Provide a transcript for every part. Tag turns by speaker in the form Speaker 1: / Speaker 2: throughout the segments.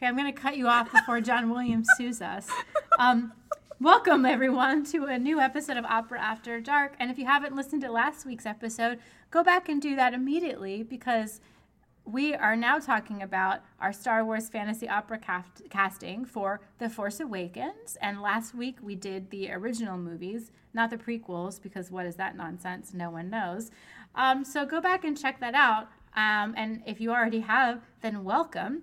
Speaker 1: I'm going to cut you off before John Williams sues us. Um, welcome, everyone, to a new episode of Opera After Dark. And if you haven't listened to last week's episode, go back and do that immediately because we are now talking about our Star Wars fantasy opera cast- casting for The Force Awakens. And last week we did the original movies, not the prequels, because what is that nonsense? No one knows. Um, so go back and check that out. Um, and if you already have, then welcome.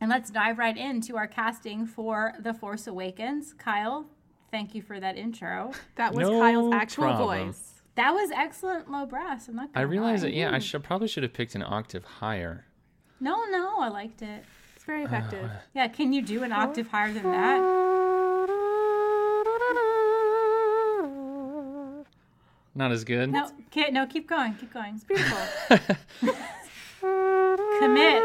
Speaker 1: And let's dive right into our casting for The Force Awakens. Kyle, thank you for that intro.
Speaker 2: That was
Speaker 3: No
Speaker 2: Kyle's actual
Speaker 3: problem.
Speaker 2: voice.
Speaker 1: That was excellent low brass. I'm not
Speaker 3: I
Speaker 1: gonna
Speaker 3: realize
Speaker 1: lie.
Speaker 3: that. Yeah, I should probably should have picked an octave higher.
Speaker 1: No, no, I liked it.
Speaker 2: It's very effective.
Speaker 1: Yeah, can you do an octave higher than that?
Speaker 3: Not as good.
Speaker 1: No, can no, keep going, keep going.
Speaker 2: Beautiful.
Speaker 1: Commit.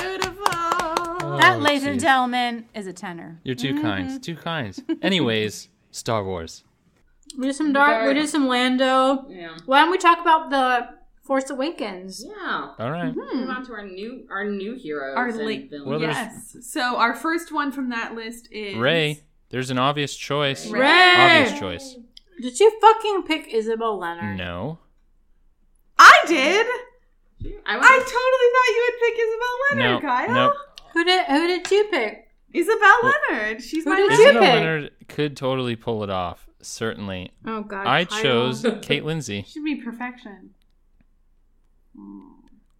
Speaker 2: Beautiful.
Speaker 1: that,
Speaker 3: Oh,
Speaker 1: ladies and
Speaker 3: geez.
Speaker 1: gentlemen, is a tenor.
Speaker 3: You're too
Speaker 2: Mm-hmm.
Speaker 3: kind. Too kind. Anyways, Star Wars.
Speaker 1: We do some dark, we do some Lando.
Speaker 4: Yeah.
Speaker 1: Why don't we talk about the Force Awakens?
Speaker 4: Yeah.
Speaker 3: All right.
Speaker 4: Move on to our new our new heroes.
Speaker 2: Our
Speaker 4: and
Speaker 2: late-
Speaker 4: villains.
Speaker 3: Well, there's-
Speaker 2: Yes. So our first one from that list is
Speaker 3: Ray. There's an obvious choice.
Speaker 2: Ray.
Speaker 3: Obvious choice.
Speaker 1: Did you fucking pick Isabel Leonard?
Speaker 3: No.
Speaker 2: I did.
Speaker 4: I was
Speaker 2: I totally thought you
Speaker 3: No.
Speaker 2: would pick Isabel Leonard, Kyle.
Speaker 3: No.
Speaker 1: Who did who did you pick?
Speaker 2: Isabel
Speaker 3: Well,
Speaker 2: Leonard. She's
Speaker 1: who
Speaker 2: my
Speaker 1: did
Speaker 2: last-
Speaker 1: you
Speaker 3: Isabel
Speaker 1: pick?
Speaker 3: Leonard could totally pull it off. Certainly.
Speaker 2: Oh God.
Speaker 3: I
Speaker 2: Kyle.
Speaker 3: chose Kate Lindsay.
Speaker 2: Should be perfection.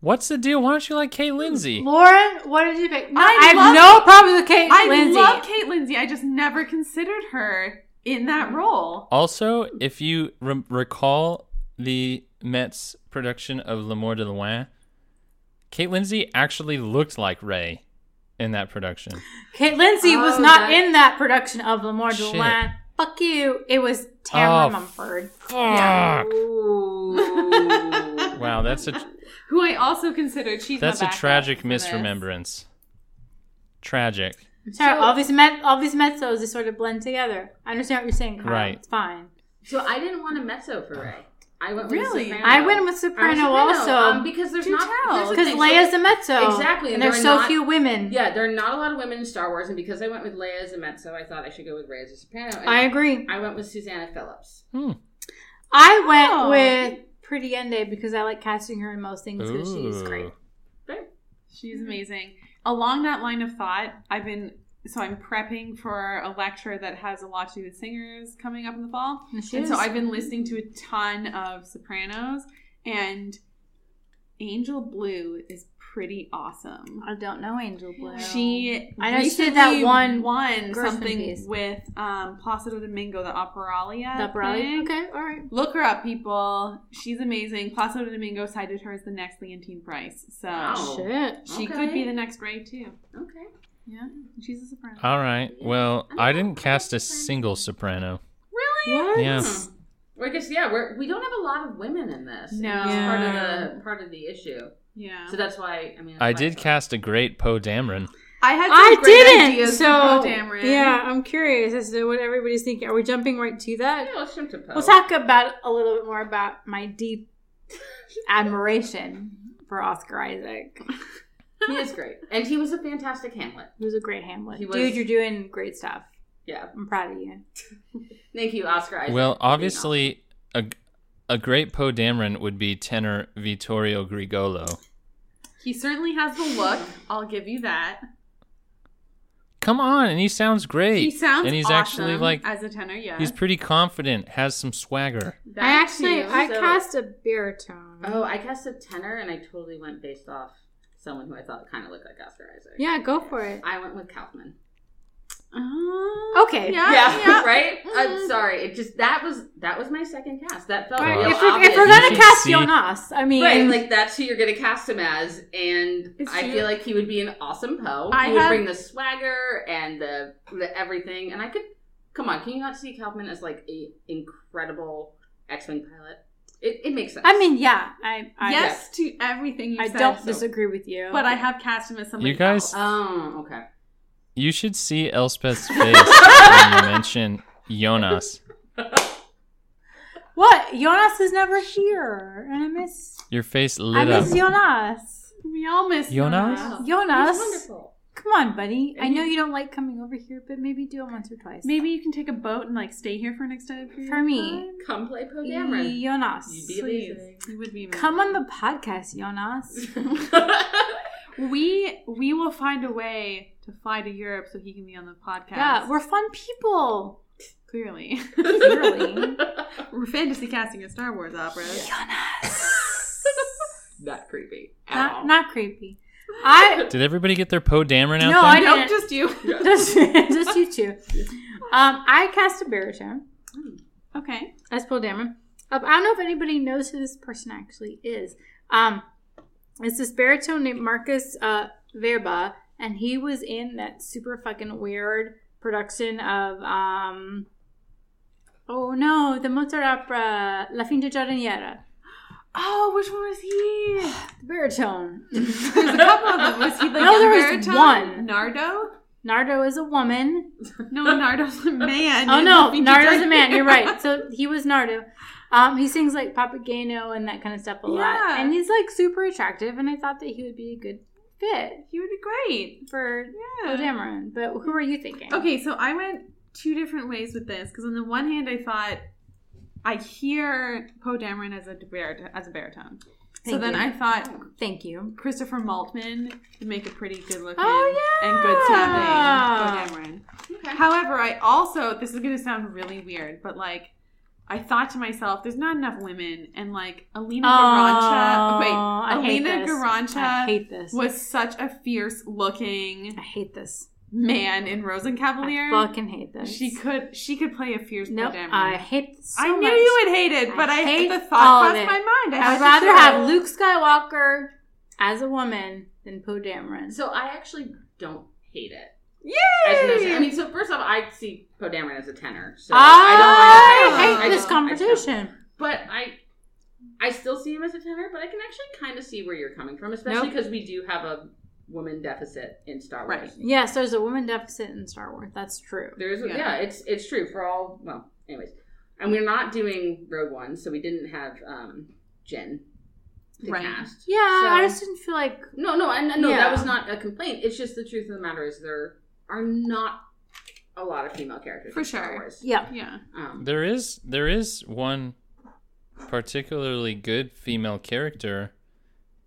Speaker 3: What's the deal? Why don't you like Kate Lindsay?
Speaker 1: Lauren, what did you pick? No, I,
Speaker 2: I
Speaker 1: have
Speaker 2: love-
Speaker 1: no problem with Kate
Speaker 2: I
Speaker 1: Lindsay.
Speaker 2: love Kate Lindsay. I just never considered her in that role.
Speaker 3: Also, if you re- recall the Mets production of L'Amour de Loin, Kate Lindsay actually looked like Ray in that production.
Speaker 1: Kate Lindsay was
Speaker 4: Oh,
Speaker 1: not
Speaker 4: that-
Speaker 1: in that production of Lamar
Speaker 3: Shit.
Speaker 1: Delan. Fuck you. It was Tamara
Speaker 3: Oh,
Speaker 1: Mumford.
Speaker 3: Fuck!
Speaker 4: Ooh.
Speaker 3: Wow, that's a
Speaker 2: Who I also considered. She's my
Speaker 3: that's a
Speaker 2: backup
Speaker 3: tragic
Speaker 2: for this.
Speaker 3: misremembrance. Tragic.
Speaker 1: So, all these met all these mezzos they sort of blend together. I understand what you're saying, Kyle.
Speaker 3: Right.
Speaker 1: It's fine.
Speaker 4: So I didn't want a mezzo for Ray. I went with
Speaker 2: Really?
Speaker 4: Soprano.
Speaker 1: I went with
Speaker 4: I went
Speaker 1: Soprano, also
Speaker 4: Um, because there's
Speaker 2: Do
Speaker 4: not
Speaker 2: tell.
Speaker 4: here's the
Speaker 1: because
Speaker 4: thing, so-
Speaker 1: Leia's a mezzo.
Speaker 4: Exactly,
Speaker 1: and
Speaker 4: and
Speaker 1: there's
Speaker 4: they're
Speaker 1: so
Speaker 4: not-
Speaker 1: few women.
Speaker 4: yeah, there are not a lot of women in Star Wars, and because I went with Leia as a mezzo, I thought I should go with Ray as a soprano. And
Speaker 1: I agree.
Speaker 4: I went with Susanna Phillips.
Speaker 3: Hmm.
Speaker 1: I went
Speaker 2: Oh.
Speaker 1: with Pretty Ende because I like casting her in most things because she's
Speaker 3: Ooh.
Speaker 1: great. Mm-hmm.
Speaker 2: She's amazing. Along that line of thought, I've been so I'm prepping for a lecture that has a lot to do with singers coming up in the fall.
Speaker 1: And she
Speaker 2: and
Speaker 1: is.
Speaker 2: so I've been listening to a ton of sopranos and Angel Blue is pretty awesome.
Speaker 1: I don't know Angel Blue.
Speaker 2: She
Speaker 1: I know she did that
Speaker 2: recently
Speaker 1: one
Speaker 2: won
Speaker 1: Gershwin
Speaker 2: something
Speaker 1: piece.
Speaker 2: with um, Placido Domingo, the operalia.
Speaker 1: the Brolly.
Speaker 2: thing.
Speaker 1: Okay, all right.
Speaker 2: Look her up, people. She's amazing. Placido Domingo cited her as the next Leontine Price. So
Speaker 4: Wow. Oh.
Speaker 1: Shit.
Speaker 2: she
Speaker 4: Okay.
Speaker 2: could be the next Ray too.
Speaker 4: Okay.
Speaker 2: Yeah, she's a soprano.
Speaker 3: All right. Well, I didn't cast a single soprano.
Speaker 1: What?
Speaker 3: Yeah.
Speaker 4: Hmm. Well, I guess yeah, we're, we don't have a lot of women in this.
Speaker 2: No.
Speaker 4: It's part of
Speaker 1: Yeah.
Speaker 4: the part of the issue.
Speaker 2: yeah,
Speaker 4: So that's why I mean that's
Speaker 3: I
Speaker 4: why
Speaker 3: did
Speaker 4: thought-
Speaker 3: cast a great Poe Dameron.
Speaker 2: I had
Speaker 1: I
Speaker 2: some great
Speaker 1: didn't.
Speaker 2: ideas Oh,
Speaker 1: So
Speaker 2: for Poe Dameron.
Speaker 1: yeah, I'm curious as to what everybody's thinking. Are we jumping right to that?
Speaker 4: Yeah, let's jump to Poe.
Speaker 1: We'll talk about a little bit more about my deep admiration for Oscar Isaac.
Speaker 4: He is great, and he was a fantastic Hamlet.
Speaker 1: He was a great Hamlet,
Speaker 4: He was-
Speaker 1: dude. You're doing great stuff.
Speaker 4: Yeah,
Speaker 1: I'm proud of you.
Speaker 4: thank you, Oscar. Isaac.
Speaker 3: Well, obviously, a, a great Poe Dameron would be tenor Vittorio Grigolo.
Speaker 2: he certainly has the look. I'll give you that.
Speaker 3: Come on, and he sounds great.
Speaker 2: He sounds
Speaker 3: and he's
Speaker 2: awesome
Speaker 3: actually like
Speaker 2: as a tenor. Yeah,
Speaker 3: he's pretty confident, has some swagger.
Speaker 2: That
Speaker 1: I actually
Speaker 2: too.
Speaker 1: I
Speaker 4: so-
Speaker 1: cast a baritone.
Speaker 4: oh, I cast a tenor, and I totally went based off someone who I thought kind of looked like Oscar Isaac.
Speaker 1: yeah, go for it.
Speaker 4: I went with Kaufman.
Speaker 2: Uh,
Speaker 1: Okay.
Speaker 2: Yeah. yeah.
Speaker 4: right.
Speaker 2: Mhm.
Speaker 1: Mm.
Speaker 4: I'm sorry. It just that was that was my second cast. That felt
Speaker 3: Right.
Speaker 4: real
Speaker 1: if, we're, if
Speaker 4: obvious.
Speaker 1: we're
Speaker 3: You
Speaker 1: gonna
Speaker 3: should
Speaker 1: cast
Speaker 3: see-
Speaker 1: Jonas, I mean,
Speaker 4: Right, like that's who you're gonna cast him as, and
Speaker 2: It's
Speaker 4: I
Speaker 2: true.
Speaker 4: feel like he would be an awesome Poe.
Speaker 2: I
Speaker 4: he would
Speaker 2: have-
Speaker 4: bring the swagger and the, the everything, and I could come on. Can you not see Kaufman as like a incredible X-wing pilot? It, it makes sense.
Speaker 1: I mean, yeah, I, I
Speaker 2: yes to everything you
Speaker 1: I
Speaker 2: said.
Speaker 1: don't
Speaker 2: so-
Speaker 1: disagree with you,
Speaker 2: but I have cast him as somebody.
Speaker 3: You guys-
Speaker 2: else.
Speaker 4: oh, okay.
Speaker 3: You should see Elspeth's face when you mention Jonas.
Speaker 1: What? Jonas is never here. And I miss
Speaker 3: Your face
Speaker 1: I
Speaker 3: lit up.
Speaker 1: miss Jonas.
Speaker 2: We all miss
Speaker 3: Jonas?
Speaker 2: Jonas.
Speaker 1: Jonas.
Speaker 4: He's wonderful.
Speaker 1: Come on, buddy. I
Speaker 4: Maybe-
Speaker 1: know you don't like coming over here, but maybe do it once or twice.
Speaker 2: Maybe you can take a boat and like stay here for an extended period.
Speaker 1: For
Speaker 2: of
Speaker 1: me.
Speaker 2: time.
Speaker 4: Come play Poe Dameron. You'd be
Speaker 1: Jonas.
Speaker 4: amazing.
Speaker 2: You would be. Amazing.
Speaker 1: Come on the podcast, Jonas.
Speaker 2: We we will find a way to fly to Europe so he can be on the podcast.
Speaker 1: Yeah, we're fun people.
Speaker 2: clearly
Speaker 1: Clearly.
Speaker 2: we're fantasy casting a Star Wars opera.
Speaker 1: Jonas.
Speaker 4: Not creepy. At all.
Speaker 1: not, not creepy. I
Speaker 3: Did everybody get their Poe Dameron out
Speaker 1: No,
Speaker 3: there?
Speaker 1: I
Speaker 2: Nope,
Speaker 1: didn't.
Speaker 2: just you.
Speaker 4: Yeah.
Speaker 1: just, just you two. Um, I cast a baritone
Speaker 2: Okay.
Speaker 1: as Paul Dameron. Um, I don't know if anybody knows who this person actually is. Um, it's this baritone named Marcus uh, Verba, and he was in that super fucking weird production of um, oh no, the Mozart opera La Finta Giardiniera.
Speaker 2: Oh, which one was he?
Speaker 1: The baritone.
Speaker 2: There's a couple of them. Was he the
Speaker 1: No,
Speaker 2: young
Speaker 1: there was
Speaker 2: baritone?
Speaker 1: one.
Speaker 2: Nardo?
Speaker 1: Nardo is a woman.
Speaker 2: No, Nardo's a man.
Speaker 1: Oh
Speaker 2: It
Speaker 1: no,
Speaker 2: must be
Speaker 1: Nardo's
Speaker 2: different.
Speaker 1: a man. You're right. So he was Nardo. Um, he sings like Papageno and that kind of stuff a lot,
Speaker 2: Yeah.
Speaker 1: and he's like super attractive. And I thought that he would be a good fit
Speaker 2: You would be great.
Speaker 1: for Poe
Speaker 2: Yeah.
Speaker 1: Dameron. But who are you thinking?
Speaker 2: Okay, so I went two different ways with this because on the one hand, I thought I hear Poe Dameron as a barit- as a baritone. so
Speaker 1: Thank
Speaker 2: then
Speaker 1: you.
Speaker 2: I thought
Speaker 1: thank you.
Speaker 2: Christopher Maltman would make a pretty good looking
Speaker 1: Oh, yeah.
Speaker 2: and good sounding Poe Dameron.
Speaker 4: Okay.
Speaker 2: However, I also this is going to sound really weird, but like. I thought to myself, there's not enough women, and like Alina Garancha.
Speaker 1: Oh,
Speaker 2: Wait,
Speaker 1: I hate
Speaker 2: Alina
Speaker 1: this. I
Speaker 2: Garancha
Speaker 1: hate this.
Speaker 2: was such a fierce looking
Speaker 1: I hate this.
Speaker 2: man in Rosencavalier.
Speaker 1: I fucking hate this.
Speaker 2: She could she could play a fierce
Speaker 1: Nope.
Speaker 2: Poe Dameron.
Speaker 1: I hate this so
Speaker 2: I knew
Speaker 1: much.
Speaker 2: you would hate it, but
Speaker 1: I
Speaker 2: I,
Speaker 1: hate
Speaker 2: the
Speaker 1: all of
Speaker 2: thought
Speaker 1: it.
Speaker 2: crossed my mind. I had
Speaker 1: I'd
Speaker 2: to
Speaker 1: rather
Speaker 2: share
Speaker 1: have
Speaker 2: it.
Speaker 1: Luke Skywalker as a woman than Poe Dameron.
Speaker 4: So I actually don't hate it.
Speaker 2: Yay!
Speaker 4: As an essay. I mean, so first off, I see Poe Dameron as a tenor. So
Speaker 1: Ah, I,
Speaker 4: I don't mind. I- I-
Speaker 1: hate
Speaker 4: I
Speaker 1: this
Speaker 4: don't- I don't.
Speaker 1: conversation.
Speaker 4: But I, I still see him as a tenor. But I can actually kind of see where you're coming from, especially
Speaker 1: Nope.
Speaker 4: because we do have a woman deficit in Star Wars.
Speaker 2: Right.
Speaker 1: Yes, there's a woman deficit in Star Wars. That's true.
Speaker 4: There is, yeah.
Speaker 2: Yeah.
Speaker 4: it's it's true for all. Well, anyways, and we're not doing Rogue One, so we didn't have um Jin to
Speaker 2: Right.
Speaker 4: cast.
Speaker 1: Yeah, I
Speaker 4: So-
Speaker 1: just didn't feel like
Speaker 4: No, no, and no,
Speaker 1: Yeah.
Speaker 4: that was not a complaint. It's just the truth of the matter is there are not a lot of female characters
Speaker 2: For
Speaker 4: in Star
Speaker 2: sure.
Speaker 4: Wars.
Speaker 1: yeah.
Speaker 2: yeah.
Speaker 4: Um,
Speaker 3: There is there is one particularly good female character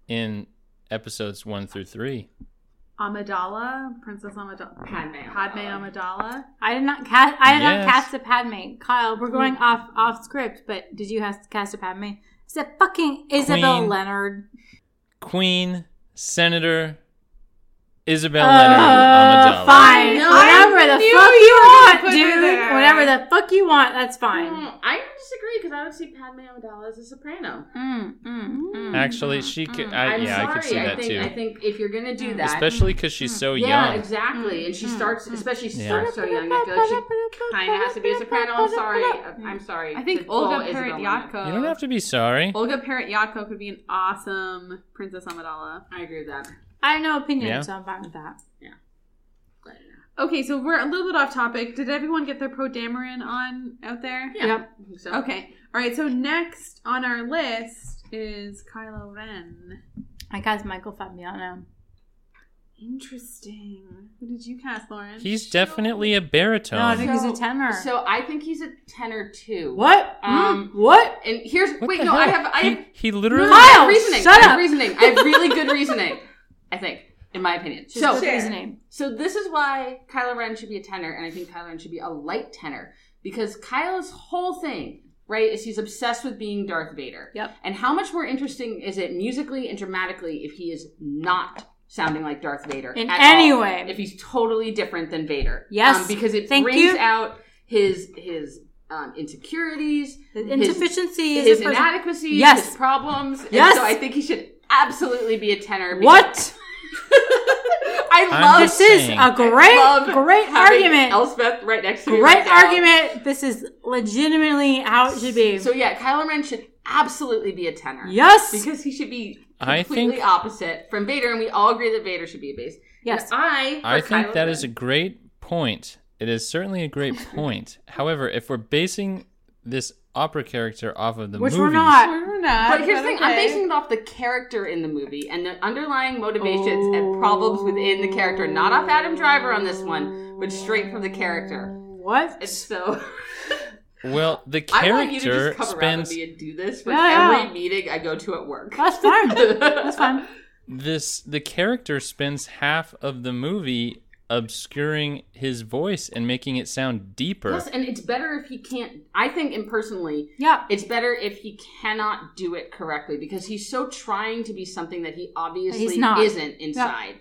Speaker 3: in episodes one through three.
Speaker 2: Amidala, Princess Amidala,
Speaker 4: Padme
Speaker 2: Padme
Speaker 4: Amidala.
Speaker 2: Amidala.
Speaker 1: I did not cast. I did
Speaker 3: Yes.
Speaker 1: not cast a Padme. Kyle, we're going off off script, but did you has- cast a Padme? Is it fucking Isabel
Speaker 3: Queen.
Speaker 1: Leonard?
Speaker 3: Queen Senator Isabel Leonard
Speaker 1: Uh,
Speaker 3: Amidala.
Speaker 1: fine,
Speaker 4: No,
Speaker 2: I
Speaker 1: whatever the fuck
Speaker 2: knew
Speaker 1: you
Speaker 2: you were gonna
Speaker 1: want,
Speaker 2: put her
Speaker 1: dude.
Speaker 2: there.
Speaker 1: Whatever the fuck you want, that's fine.
Speaker 4: mm, I disagree because I would see Padme Amidala as a soprano.
Speaker 1: Mm, mm, mm.
Speaker 3: Actually, she could. I,
Speaker 4: I'm
Speaker 3: yeah,
Speaker 4: sorry.
Speaker 3: I could see that
Speaker 4: think,
Speaker 3: too.
Speaker 4: I think if you're gonna
Speaker 2: Hmm.
Speaker 4: do that, Hmm.
Speaker 3: Especially because she's so
Speaker 4: yeah,
Speaker 3: young.
Speaker 4: exactly. And she starts, especially she
Speaker 3: Yeah.
Speaker 4: starts so young. I feel like she kind of has to be a soprano. I'm sorry. I'm sorry.
Speaker 2: I think
Speaker 4: to call
Speaker 2: Olga
Speaker 4: Isabel Leonard.
Speaker 2: Peretyatko.
Speaker 3: You don't have to be sorry.
Speaker 2: Olga Peretyatko could be an awesome Princess Amidala.
Speaker 4: I agree with that.
Speaker 1: I have no opinion,
Speaker 3: Yeah.
Speaker 1: so I'm fine with that.
Speaker 4: But,
Speaker 2: Okay, so we're a little bit off topic. Did everyone get their Pro Dameron on out there?
Speaker 4: yeah.
Speaker 1: Yep.
Speaker 4: I think so.
Speaker 2: Okay. All right. So next on our list is Kylo Ren.
Speaker 1: I cast Michael Fabiano.
Speaker 2: Interesting. Who did you cast, Lauren?
Speaker 3: He's definitely a
Speaker 1: No, I
Speaker 3: baritone.
Speaker 1: think he's a tenor.
Speaker 4: Oh. So I think he's a tenor too.
Speaker 1: what?
Speaker 4: Um,
Speaker 1: what?
Speaker 4: And here's
Speaker 3: What
Speaker 4: wait
Speaker 3: the
Speaker 4: no
Speaker 3: hell?
Speaker 4: I have I have
Speaker 3: He, he literally.
Speaker 1: What?
Speaker 4: I
Speaker 1: Kyle,
Speaker 4: have reasoning.
Speaker 1: shut
Speaker 4: I have
Speaker 1: up.
Speaker 4: reasoning. I have really good reasoning. I think, in my opinion.
Speaker 1: Just so,
Speaker 4: So
Speaker 1: put his name.
Speaker 4: so this is why Kylo Ren should be a tenor, and I think Kylo Ren should be a light tenor because Kylo's whole thing, right, is he's obsessed with being Darth Vader.
Speaker 1: Yep.
Speaker 4: And how much more interesting is it musically and dramatically if he is not sounding like Darth Vader
Speaker 1: In
Speaker 4: at
Speaker 1: any
Speaker 4: all?
Speaker 1: way.
Speaker 4: If he's totally different than Vader, Um,
Speaker 1: Yes.
Speaker 4: because it
Speaker 1: Thank
Speaker 4: brings
Speaker 1: you.
Speaker 4: out his his um, insecurities,
Speaker 1: His
Speaker 4: his-
Speaker 1: insufficiency
Speaker 4: his
Speaker 1: is a person.
Speaker 4: inadequacies,
Speaker 1: Yes.
Speaker 4: his problems. And
Speaker 1: Yes.
Speaker 4: so I think he should absolutely be a tenor. because-
Speaker 1: What?
Speaker 4: I
Speaker 3: I'm
Speaker 4: love
Speaker 1: This is
Speaker 3: Saying.
Speaker 1: a
Speaker 4: love
Speaker 1: great, great
Speaker 4: having
Speaker 1: argument.
Speaker 4: Elspeth right next to me.
Speaker 1: Great
Speaker 4: right now.
Speaker 1: argument. This is legitimately how it should be.
Speaker 4: So yeah, Kylo Ren should absolutely be a tenor.
Speaker 1: yes.
Speaker 4: Because he should be
Speaker 3: I
Speaker 4: completely
Speaker 3: think-
Speaker 4: opposite from Vader, and we all agree that Vader should be a bass.
Speaker 1: Yes.
Speaker 4: And I
Speaker 3: I
Speaker 4: for
Speaker 3: think
Speaker 4: Kylo
Speaker 3: that
Speaker 4: Ren-
Speaker 3: is a great point. It is certainly a great point. However, if we're basing this opera character off of the
Speaker 4: Which we're
Speaker 3: movies.
Speaker 4: not.
Speaker 2: We're not.
Speaker 4: But here's the thing: I'm
Speaker 2: okay.
Speaker 4: basing it off the character in the movie and the underlying motivations and problems within the character, not off Adam Driver on this one, but straight from the character.
Speaker 2: What?
Speaker 4: And so
Speaker 3: Well, the
Speaker 4: I want you to
Speaker 3: character
Speaker 4: just cover up with
Speaker 3: spends
Speaker 4: me and do this with
Speaker 2: Yeah, yeah.
Speaker 4: every meeting I go to at work.
Speaker 1: That's fine.
Speaker 4: That's
Speaker 1: That's fine.
Speaker 3: this the character spends half of the movie obscuring his voice and making it sound deeper.
Speaker 4: Yes, and it's better if he can't. I think, and personally,
Speaker 1: Yeah.
Speaker 4: it's better if he cannot do it correctly because he's so trying to be something that he obviously
Speaker 1: He's not.
Speaker 4: isn't inside.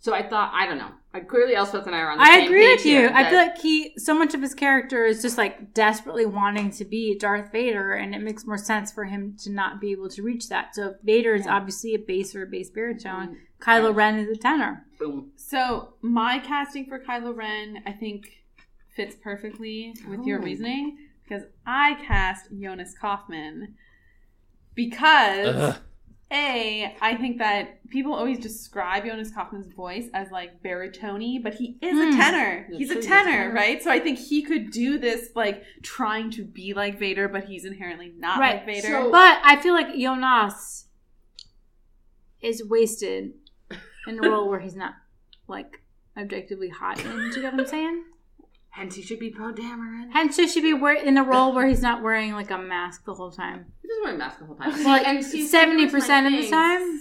Speaker 4: So I thought, I don't know. I, clearly, Elspeth and I are on the
Speaker 1: I
Speaker 4: same
Speaker 1: agree
Speaker 4: page
Speaker 1: with you.
Speaker 4: here,
Speaker 1: I
Speaker 4: that-
Speaker 1: feel like he, so much of his character is just like desperately wanting to be Darth Vader, and it makes more sense for him to not be able to reach that. So Vader is
Speaker 4: Yeah.
Speaker 1: obviously a bass or a bass baritone.
Speaker 4: Mm,
Speaker 1: Kylo Ren is a tenor.
Speaker 4: boom.
Speaker 2: So my casting for Kylo Ren, I think, fits perfectly with your
Speaker 4: Oh.
Speaker 2: reasoning because I cast Jonas Kaufman because
Speaker 3: Ugh.
Speaker 2: a I think that people always describe Jonas Kaufman's voice as like baritone, but he is
Speaker 1: Hmm.
Speaker 2: a tenor.
Speaker 4: Yeah,
Speaker 2: He's
Speaker 4: sure
Speaker 2: a
Speaker 4: he's a
Speaker 2: tenor,
Speaker 4: tenor.
Speaker 2: right? So I think he could do this like trying to be like Vader, but he's inherently not
Speaker 1: Right.
Speaker 2: like Vader.
Speaker 4: So-
Speaker 1: But I feel like Jonas is wasted in a role where he's not like objectively hot. in. Do you know what I'm saying?
Speaker 4: Hence, he should be pro Dameron.
Speaker 1: Hence, he should be wear- in a role where he's not wearing like a mask the whole time.
Speaker 4: He doesn't wear a mask the whole time. See,
Speaker 1: Like
Speaker 4: and see,
Speaker 1: seventy
Speaker 4: here's my
Speaker 1: percent of the
Speaker 4: thing.
Speaker 1: time.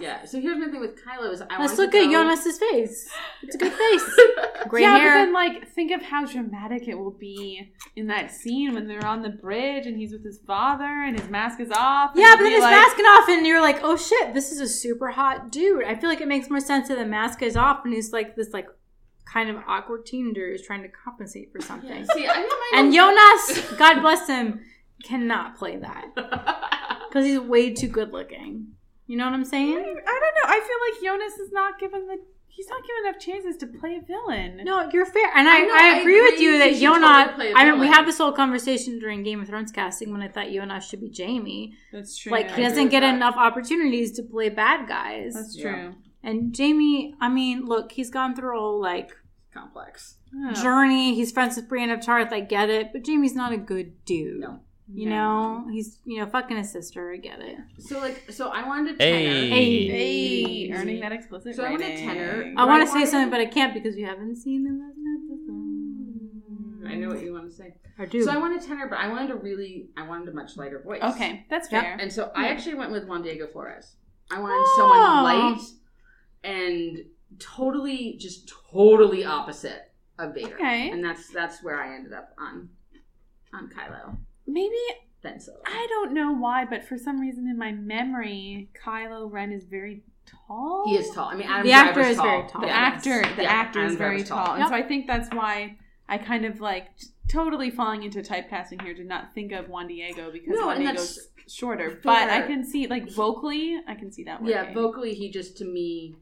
Speaker 4: Yeah. So here's my thing with Kylo is I
Speaker 1: Let's
Speaker 4: wanted
Speaker 1: look
Speaker 4: to
Speaker 1: at
Speaker 4: go-
Speaker 1: Jonas's face. It's a good face. Gray
Speaker 2: yeah,
Speaker 1: hair.
Speaker 2: but then like think of how dramatic it will be in that scene when they're on the bridge and he's with his father and his mask is off. and
Speaker 1: yeah, but then
Speaker 2: he'll
Speaker 1: it's
Speaker 2: be like,
Speaker 1: masking off, and you're like, "Oh shit, this is a super hot dude." I feel like it makes more sense that the mask is off, and he's like this like kind of awkward teenager who's trying to compensate for something.
Speaker 4: Yeah, see, I got my
Speaker 1: And Jonas, God bless him, cannot play that because he's way too good looking. You know what I'm saying?
Speaker 2: "Hmm, I don't know. I feel like Jonas is not given the he's not given enough chances to play a villain.
Speaker 1: No, you're fair, and I,
Speaker 4: I know,
Speaker 1: I,
Speaker 4: I
Speaker 1: agree with
Speaker 4: agree.
Speaker 1: you that
Speaker 4: He should
Speaker 1: Jonas.
Speaker 4: totally play a
Speaker 1: I mean, we
Speaker 4: villain.
Speaker 1: had this whole conversation during Game of Thrones casting when I thought Jonas should be Jamie.
Speaker 2: that's true.
Speaker 1: Like he
Speaker 4: I agree
Speaker 1: doesn't
Speaker 4: with
Speaker 1: get
Speaker 4: that.
Speaker 1: enough opportunities to play bad guys.
Speaker 2: that's
Speaker 4: Yeah.
Speaker 2: true.
Speaker 1: And Jamie, I mean, look, he's gone through a whole like
Speaker 4: complex.
Speaker 2: Yeah.
Speaker 1: journey. He's friends with Brienne of Tarth. I get it, but Jamie's not a good dude.
Speaker 4: No.
Speaker 1: You know, he's you know fucking his sister. I get it.
Speaker 4: So like, so I wanted a
Speaker 3: Hey.
Speaker 4: tenor.
Speaker 1: Hey.
Speaker 2: Hey, earning that explicit.
Speaker 4: So I want a
Speaker 2: rating.
Speaker 4: tenor.
Speaker 1: I
Speaker 4: Right,
Speaker 1: want to say
Speaker 4: Morgan?
Speaker 1: something, but I can't because you haven't seen
Speaker 2: Mm-hmm.
Speaker 1: them.
Speaker 4: Mm, I know what you want to say.
Speaker 1: Or do
Speaker 4: So I wanted tenor, but I wanted a really, I wanted a much lighter voice.
Speaker 2: Okay, that's
Speaker 1: Yep.
Speaker 2: fair.
Speaker 4: And so I actually went with Juan Diego Flores. I wanted
Speaker 1: Oh.
Speaker 4: someone light and totally, just totally opposite of Vader.
Speaker 2: Okay.
Speaker 4: And that's that's where I ended up on on Kylo.
Speaker 2: Maybe
Speaker 4: Then so
Speaker 2: I don't know why, but for some reason in my memory, Kylo Ren is very tall.
Speaker 4: he is tall. I mean, Adam
Speaker 1: The actor
Speaker 4: Driver's
Speaker 1: is
Speaker 4: tall.
Speaker 1: very tall.
Speaker 2: the
Speaker 1: Yeah,
Speaker 2: actor the
Speaker 4: Yeah,
Speaker 2: actor is
Speaker 4: Adam
Speaker 2: very
Speaker 4: Driver's
Speaker 2: tall,
Speaker 4: tall.
Speaker 2: and
Speaker 1: Yep.
Speaker 2: so i think that's why i kind of like totally falling into typecasting here did not think of juan diego because
Speaker 4: No,
Speaker 2: juan
Speaker 4: and
Speaker 2: diego's
Speaker 4: that's
Speaker 2: shorter
Speaker 4: fair.
Speaker 2: but i can see like vocally i can see that working.
Speaker 4: Yeah, vocally, he just to me,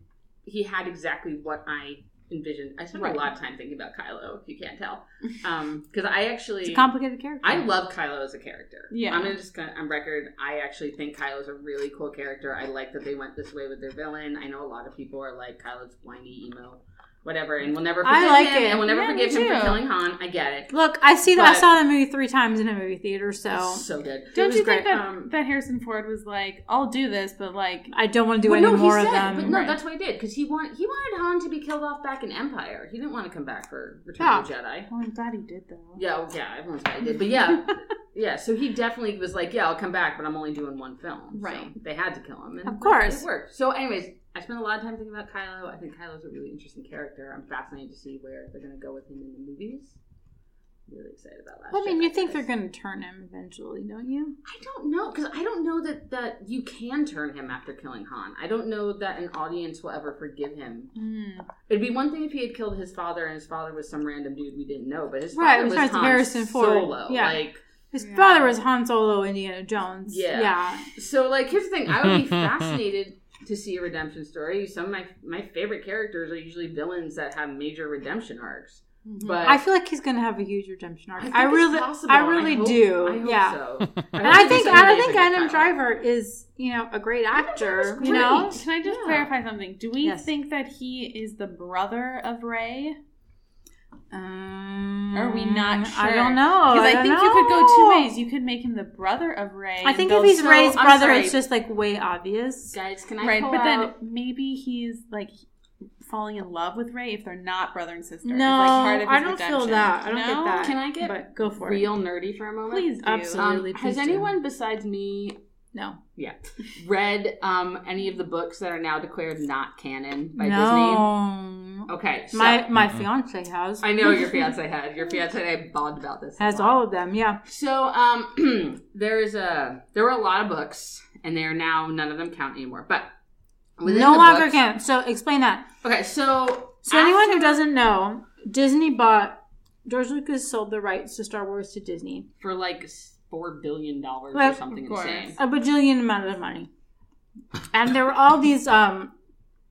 Speaker 4: he had exactly what I envisioned. I spent
Speaker 2: Right.
Speaker 4: a lot of time thinking about Kylo, if you can't tell, because I actually
Speaker 1: It's a complicated character.
Speaker 4: I love Kylo as a character.
Speaker 2: Yeah.
Speaker 4: I'm gonna just gonna, on record. I actually think Kylo's a really cool character. I like that they went this way with their villain. I know a lot of people are like Kylo's whiny emo, whatever, and we'll never
Speaker 1: I
Speaker 4: forgive
Speaker 1: like
Speaker 4: him,
Speaker 1: it.
Speaker 4: and we'll never
Speaker 2: Yeah, me
Speaker 4: forgive him for
Speaker 2: too.
Speaker 4: killing Han. I get it.
Speaker 1: Look, I see that. I
Speaker 4: But-
Speaker 1: saw that movie three times in a movie theater, so
Speaker 4: It's so good.
Speaker 1: It
Speaker 2: don't
Speaker 1: was
Speaker 2: you
Speaker 1: great.
Speaker 2: think that,
Speaker 4: Um,
Speaker 2: that harrison ford was like i'll do this but like
Speaker 1: I don't want to do
Speaker 4: Well,
Speaker 1: any
Speaker 4: no, he
Speaker 1: more of
Speaker 4: said-
Speaker 1: them.
Speaker 4: But no,
Speaker 2: Right.
Speaker 4: that's what he did because he want, he wanted Han to be killed off back in Empire. He didn't want to come back for Return of the Jedi.
Speaker 2: well i'm glad he did though
Speaker 4: Yeah, well, yeah, everyone's glad he did, but yeah, yeah. So he definitely was like, "Yeah, I'll come back, but I'm only doing one film." So
Speaker 2: Right.
Speaker 4: they had to kill him, and
Speaker 1: Of course.
Speaker 4: it worked. So, anyways, I spent a lot of time thinking about Kylo. I think Kylo's a really interesting character. I'm fascinated to see where they're going to go with him in the movies. Really excited about that.
Speaker 1: I mean, you think they're going to turn him eventually, don't you?
Speaker 4: I don't know because I don't know that that you can turn him after killing Han. I don't know that an audience will ever forgive him
Speaker 2: Hmm.
Speaker 4: It'd be one thing if he had killed his father and his father was some random dude we didn't know, but his
Speaker 1: Right,
Speaker 4: father was
Speaker 1: besides
Speaker 4: Han
Speaker 1: Harrison Ford.
Speaker 4: Solo.
Speaker 1: Yeah.
Speaker 4: Like
Speaker 1: His
Speaker 2: Yeah.
Speaker 1: father was Han Solo, Indiana Jones.
Speaker 4: Yeah.
Speaker 1: yeah.
Speaker 4: so like here's the thing, I would be fascinated to see a redemption story. Some of my my favorite characters are usually villains that have major redemption arcs. But
Speaker 1: Mm-hmm. I feel like he's going to have a huge redemption arc.
Speaker 4: think
Speaker 1: I,
Speaker 4: it's
Speaker 1: really,
Speaker 4: possible.
Speaker 1: I really
Speaker 4: hope-
Speaker 1: do.
Speaker 4: I hope
Speaker 1: yeah.
Speaker 4: so.
Speaker 1: And I
Speaker 4: hope
Speaker 1: think
Speaker 4: there's some
Speaker 1: I
Speaker 4: amazing
Speaker 1: think Adam
Speaker 4: dialogue.
Speaker 1: Driver is you know a great actor.
Speaker 4: Driver's
Speaker 1: You know,
Speaker 4: great.
Speaker 2: can i just
Speaker 4: Yeah.
Speaker 2: clarify something do we
Speaker 1: Yes.
Speaker 2: think that he is the brother of ray Um, Are we not sure?
Speaker 1: Oh, I don't know.
Speaker 2: Because I,
Speaker 1: don't
Speaker 2: think you could go two
Speaker 1: know.
Speaker 2: ways. You could make him the brother of Ray.
Speaker 1: I think if he's Ray's brother, it's just like way obvious.
Speaker 4: Guys, can I
Speaker 2: right.
Speaker 4: pull
Speaker 2: But then
Speaker 4: out-
Speaker 2: maybe he's like falling in love with Ray if they're not brother and sister. It's, like,
Speaker 1: No,
Speaker 2: part of
Speaker 1: I
Speaker 2: his
Speaker 1: don't feel
Speaker 2: redemption.
Speaker 1: that. I don't
Speaker 2: No?
Speaker 1: get that.
Speaker 4: Can I get
Speaker 1: But go for it.
Speaker 4: real nerdy for a moment?
Speaker 2: Please do.
Speaker 1: Absolutely.
Speaker 4: Um,
Speaker 1: Really,
Speaker 4: has
Speaker 1: please do.
Speaker 4: anyone besides me
Speaker 1: No.
Speaker 4: yeah read um, any of the books that are now declared not canon by
Speaker 1: no.
Speaker 4: Disney? Okay, so
Speaker 1: My my
Speaker 3: Mhm.
Speaker 1: fiance has.
Speaker 4: I know your fiance had your fiance and I bawled about this. a
Speaker 1: has
Speaker 4: lot.
Speaker 1: all of them. Yeah.
Speaker 4: So um, there's a there were a lot of books, and they are now none of them count anymore. But within
Speaker 1: no
Speaker 4: the
Speaker 1: longer
Speaker 4: books-
Speaker 1: can. So explain that.
Speaker 4: Okay, so
Speaker 1: So anyone who doesn't know, Disney bought George Lucas sold the rights to Star Wars to Disney.
Speaker 4: for like four billion dollars
Speaker 1: Well, Uh,
Speaker 4: or something
Speaker 2: of course.
Speaker 4: insane,
Speaker 1: A bajillion amount of money. And there were all these um,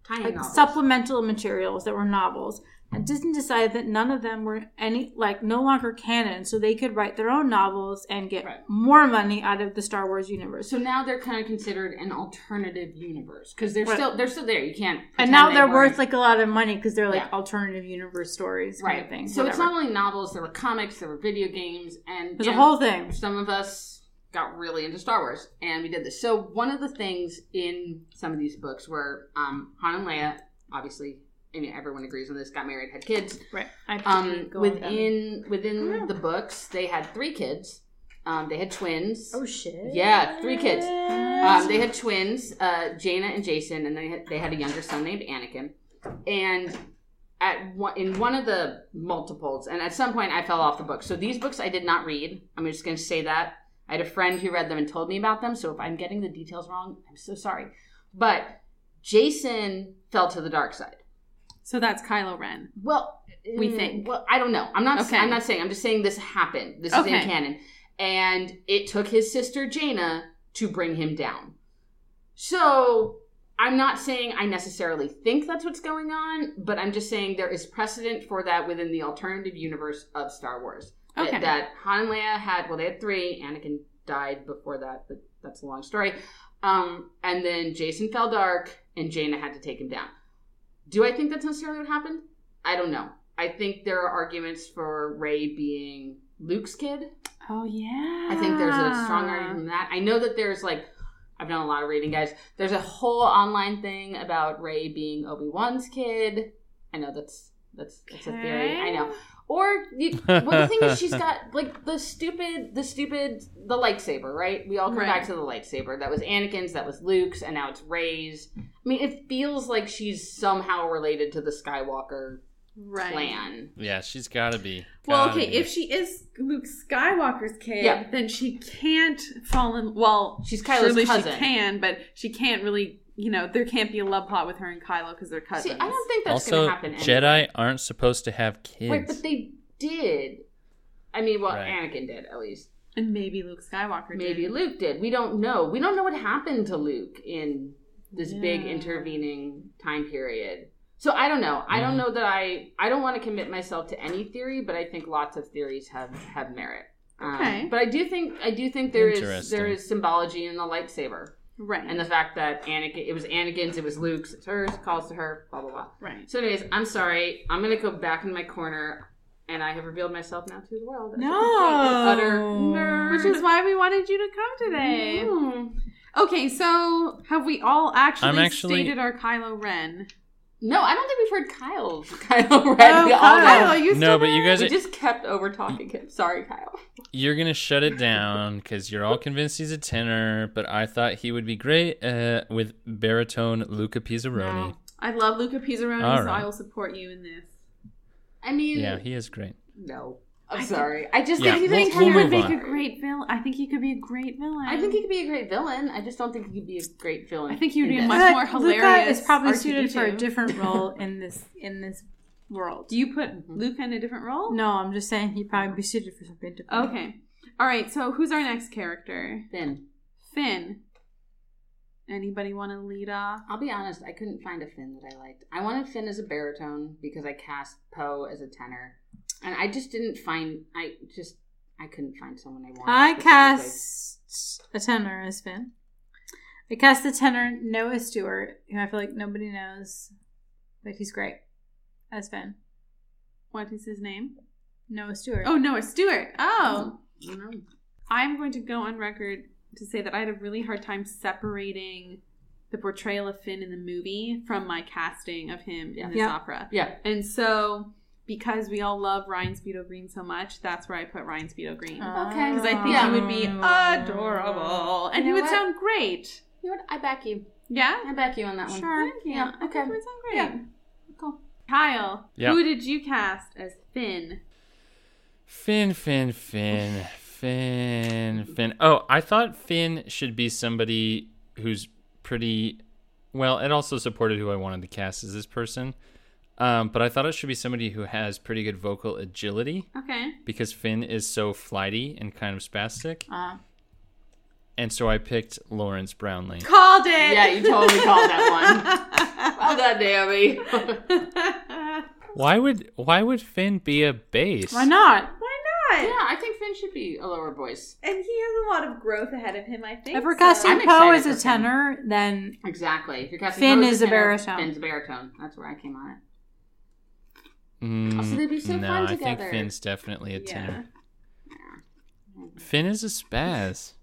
Speaker 4: tiny
Speaker 1: like
Speaker 4: novels.
Speaker 1: supplemental materials that were novels. And Disney decided that none of them were any like no longer canon, so they could write their own novels and get
Speaker 4: Right.
Speaker 1: more money out of the Star Wars universe.
Speaker 4: so now they're kind of considered an alternative universe because they're
Speaker 1: Right.
Speaker 4: still they're still there. You can't.
Speaker 1: and
Speaker 4: pretend
Speaker 1: now
Speaker 4: they
Speaker 1: they're
Speaker 4: weren't.
Speaker 1: worth like a lot of money because they're like
Speaker 4: Yeah.
Speaker 1: alternative universe stories, kind
Speaker 4: right
Speaker 1: of thing.
Speaker 4: So it's not
Speaker 1: whatever.
Speaker 4: only novels. There were comics. There were video games, and
Speaker 1: There's a
Speaker 4: and
Speaker 1: whole thing.
Speaker 4: Some of us got really into Star Wars, and we did this. So one of the things in some of these books were um, Han and Leia, obviously. I mean, everyone agrees on this. Got married, had kids.
Speaker 1: Right. I
Speaker 4: Um,
Speaker 1: go on with that.
Speaker 4: within within the books, they had three kids. Um, they had twins.
Speaker 1: Oh shit.
Speaker 4: Yeah, three kids. Um, they had twins, uh, Jaina and Jason, and they had, they had a younger son named Anakin. And at one, in one of the multiples, and at some point I fell off the book. So these books I did not read. I'm just going to say that. I had a friend who read them and told me about them. So if I'm getting the details wrong, I'm so sorry. But Jason fell to the dark side.
Speaker 2: Um, So that's Kylo Ren.
Speaker 4: Well,
Speaker 2: We
Speaker 4: mm,
Speaker 2: think.
Speaker 4: Well, I don't know. I'm not.
Speaker 2: Okay.
Speaker 4: I'm not saying. I'm just saying this happened. This is
Speaker 2: Okay.
Speaker 4: in canon, and it took his sister Jaina to bring him down. So I'm not saying I necessarily think that's what's going on, but I'm just saying there is precedent for that within the alternative universe of Star Wars. That-
Speaker 2: Okay.
Speaker 4: That, Han and Leia had. Well, they had three. Anakin died before that, but that's a long story. Um, and then Jason fell dark, and Jaina had to take him down. Do I think that's necessarily what happened? I don't know. I think there are arguments for Ray being Luke's kid.
Speaker 2: Oh yeah.
Speaker 4: I think there's a strong argument
Speaker 2: Ah.
Speaker 4: than that. I know that there's like I've done a lot of reading, guys. There's a whole online thing about Ray being Obi Wan's kid. I know that's that's that's a theory. I know. Or you, well, the thing is, she's got like the stupid, the stupid, the lightsaber. Right? We all come
Speaker 2: Right.
Speaker 4: back to the lightsaber. That was Anakin's. That was Luke's, and now it's Ray's. I mean, it feels like she's somehow related to the Skywalker
Speaker 2: Right.
Speaker 4: clan.
Speaker 3: Yeah, she's got to be.
Speaker 2: Well,
Speaker 3: Gotta
Speaker 2: okay,
Speaker 3: be.
Speaker 2: if she is Luke Skywalker's kid,
Speaker 4: Yeah.
Speaker 2: then she can't fall in. Well,
Speaker 4: She's Kylo's
Speaker 2: surely
Speaker 4: cousin.
Speaker 2: she can, but she can't really. You know, there can't be a love plot with her and Kylo because they're
Speaker 4: See,
Speaker 2: cousins.
Speaker 4: I don't think that's
Speaker 3: also
Speaker 4: going to happen. anyway.
Speaker 3: Jedi aren't supposed to have kids.
Speaker 4: Wait, but they did. I mean, well,
Speaker 3: Right.
Speaker 4: Anakin did at least.
Speaker 2: and maybe Luke Skywalker.
Speaker 4: Maybe
Speaker 2: did.
Speaker 4: Luke did. We don't know. We don't know what happened to Luke in this big
Speaker 2: Yeah.
Speaker 4: intervening time period. So I don't know. I don't
Speaker 3: Mhm.
Speaker 4: know that I. I don't want to commit myself to any theory, but I think lots of theories have have merit. Um,
Speaker 2: Okay.
Speaker 4: but I do think I do think there is
Speaker 3: Interesting.
Speaker 4: there is symbology in the lightsaber
Speaker 2: Right.
Speaker 4: and the fact that Anakin it was Anakin's, it was Luke's, it's hers, calls to her, blah blah blah.
Speaker 2: right.
Speaker 4: So, anyways, I'm sorry. I'm gonna go back in my corner, and I have revealed myself now to the world.
Speaker 1: No.
Speaker 4: utter nerd.
Speaker 2: Which is why we wanted you to come today.
Speaker 4: Mm.
Speaker 2: Okay, so have we all actually,
Speaker 3: I'm actually-
Speaker 2: stated our Kylo Ren?
Speaker 4: No, I don't think we've heard Kyle's Kyle
Speaker 1: Oh,
Speaker 4: Red. We all
Speaker 1: Kyle.
Speaker 4: know.
Speaker 2: Kylo, you
Speaker 3: no,
Speaker 2: still
Speaker 3: but you guys,
Speaker 4: We just kept over talking him. Sorry, Kyle.
Speaker 3: you're gonna shut it down because you're all convinced he's a tenor. But I thought he would be great uh, with baritone Luca Pizzaroni.
Speaker 2: I love Luca Pizzaroni,
Speaker 3: All
Speaker 2: so
Speaker 3: right.
Speaker 2: I will support you in this.
Speaker 4: I mean,
Speaker 3: Yeah, he is great.
Speaker 4: no. I'm sorry. I just
Speaker 3: Yeah,
Speaker 4: think he
Speaker 3: we'll-
Speaker 4: think
Speaker 3: we'll
Speaker 2: he
Speaker 4: he
Speaker 2: would
Speaker 3: move
Speaker 2: make
Speaker 3: on.
Speaker 2: a great villain. I think he could be a great villain.
Speaker 4: I think he could be a great villain. I just don't think he could be a great villain.
Speaker 2: I think he would
Speaker 4: in
Speaker 2: be a
Speaker 4: this.
Speaker 1: I
Speaker 2: much
Speaker 1: feel
Speaker 2: more
Speaker 1: like Luca
Speaker 2: hilarious
Speaker 1: is probably
Speaker 2: R2D2.
Speaker 1: suited for a different role in this in this world.
Speaker 2: Do you put Luca in a different role?
Speaker 1: No, I'm just saying he'd probably be suited for something different.
Speaker 2: Okay. All right. So who's our next character?
Speaker 4: Finn.
Speaker 2: Finn. Anybody want to lead off?
Speaker 4: I'll be honest. I couldn't find a Finn that I liked. I wanted Finn as a baritone because I cast Poe as a tenor, and I just didn't find. I just I couldn't find someone I wanted.
Speaker 1: I
Speaker 4: specifically.
Speaker 1: cast a tenor as Finn. I cast the tenor Noah Stewart, who I feel like nobody knows, but he's great as Finn.
Speaker 2: What is his name?
Speaker 1: Noah Stewart.
Speaker 2: Oh, Noah Stewart. Oh,
Speaker 4: I don't know.
Speaker 2: I'm going to go on record to say that I had a really hard time separating the portrayal of Finn in the movie from my casting of him in this
Speaker 1: Yeah.
Speaker 2: opera.
Speaker 4: Yeah.
Speaker 2: And so, because we all love Ryan Speedo Green so much, that's where I put Ryan Speedo Green.
Speaker 1: Okay.
Speaker 2: Because I think
Speaker 4: Yeah.
Speaker 2: he would be adorable.
Speaker 4: You
Speaker 2: And he
Speaker 4: know
Speaker 2: would
Speaker 4: what?
Speaker 2: sound great.
Speaker 4: You know what? I back you.
Speaker 2: Yeah?
Speaker 4: I back you on that one.
Speaker 2: Sure.
Speaker 4: Yeah.
Speaker 2: I
Speaker 4: Okay.
Speaker 2: think he would sound great.
Speaker 4: Yeah. Cool.
Speaker 2: Kyle,
Speaker 3: Yeah.
Speaker 2: who did you cast as Finn?
Speaker 3: Finn, Finn, Finn, Finn, Finn. Oh, I thought Finn should be somebody who's pretty. Well, it also supported who I wanted to cast as this person. Um, but I thought it should be somebody who has pretty good vocal agility
Speaker 2: Okay.
Speaker 3: because Finn is so flighty and kind of spastic.
Speaker 4: Uh-huh.
Speaker 1: Uh,
Speaker 3: And so I picked Lawrence Brownlee.
Speaker 2: Called it!
Speaker 4: Yeah, you totally called that one. well done, Naomi.
Speaker 3: Why would why would Finn be a bass?
Speaker 2: Why not? Why not?
Speaker 4: yeah, I think Finn should be a lower voice.
Speaker 2: And he has a lot of growth ahead of him, I think.
Speaker 1: if we're
Speaker 4: I'm
Speaker 1: casting Poe
Speaker 4: excited
Speaker 1: as a
Speaker 4: for Finn.
Speaker 1: tenor, then
Speaker 4: Exactly. If you're casting
Speaker 1: Finn
Speaker 4: Rose
Speaker 1: is
Speaker 4: as
Speaker 1: a
Speaker 4: tenor,
Speaker 1: baritone.
Speaker 4: Finn's a baritone. That's where I came on it.
Speaker 3: Mm,
Speaker 4: Also, they'd be so
Speaker 3: no,
Speaker 4: fun
Speaker 3: I
Speaker 4: together.
Speaker 3: think Finn's definitely a tenor. Finn is a spaz.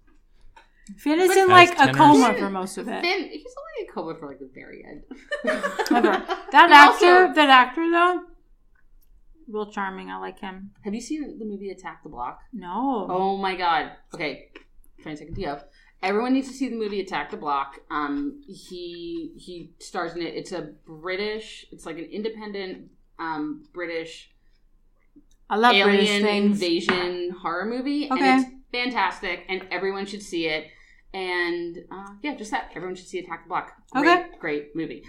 Speaker 1: Finn is
Speaker 4: But-
Speaker 1: in
Speaker 3: As
Speaker 1: like a
Speaker 3: tenors.
Speaker 1: coma
Speaker 4: Finn-
Speaker 1: for most of it.
Speaker 4: Finn, he's only a cobra for like the very end.
Speaker 1: Ever. That
Speaker 4: But
Speaker 1: actor,
Speaker 4: also-
Speaker 1: that actor though, real charming. I like him.
Speaker 4: Have you seen the movie Attack the Block?
Speaker 1: No.
Speaker 4: Oh my god. Okay, trying to take a deal. Everyone needs to see the movie Attack the Block. Um, he he stars in it. It's a British. It's like an independent um, British
Speaker 1: I love British
Speaker 4: alien
Speaker 1: things.
Speaker 4: invasion horror movie,
Speaker 1: Okay.
Speaker 4: and it's fantastic. And everyone should see it. And uh, yeah, just that. Everyone should see Attack the Block. Great,
Speaker 1: Okay.
Speaker 4: great movie.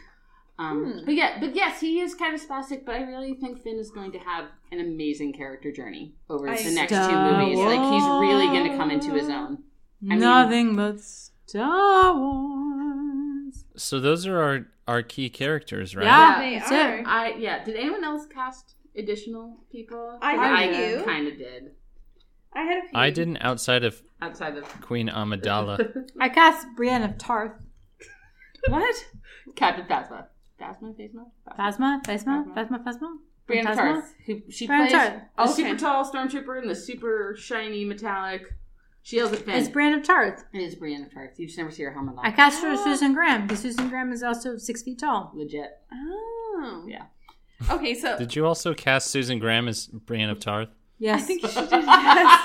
Speaker 4: Um,
Speaker 2: Hmm.
Speaker 4: But yeah, but yes, he is kind of spastic. But I really think Finn is going to have an amazing character journey over
Speaker 2: I
Speaker 4: the next two
Speaker 1: Star
Speaker 4: movies. Like he's really going to come into his own. mean-
Speaker 1: Nothing but Star Wars.
Speaker 3: So those are our, our key characters, right?
Speaker 1: Yeah,
Speaker 4: Yeah, they
Speaker 1: that's
Speaker 2: are.
Speaker 1: it.
Speaker 4: I yeah. Did anyone else cast additional people?
Speaker 2: I did. You.
Speaker 4: kind of did
Speaker 2: I had a few.
Speaker 3: I didn't outside of
Speaker 4: outside of
Speaker 3: Queen Amidala.
Speaker 1: I cast Brienne of Tarth.
Speaker 2: What?
Speaker 4: Captain Phasma. Phasma, Phasma,
Speaker 1: Phasma,
Speaker 4: Phasma.
Speaker 1: Phasma, Phasma, Phasma.
Speaker 4: Brianna
Speaker 1: Phasma?
Speaker 4: Tarth, who she
Speaker 1: Brianna
Speaker 4: plays
Speaker 1: Tarth.
Speaker 4: the
Speaker 2: Okay.
Speaker 4: super tall stormtrooper and the super shiny metallic. She yells at Finn.
Speaker 1: It's Brienne of Tarth.
Speaker 4: it is Brianna Tarth. You just never see her helmet on.
Speaker 1: I cast her as Susan Graham because Susan Graham is also six feet tall.
Speaker 4: Legit.
Speaker 2: Oh.
Speaker 4: Yeah.
Speaker 2: Okay, so
Speaker 3: Did you also cast Susan Graham as Brienne of Tarth?
Speaker 2: I
Speaker 1: Yes,
Speaker 2: think she did. Yes.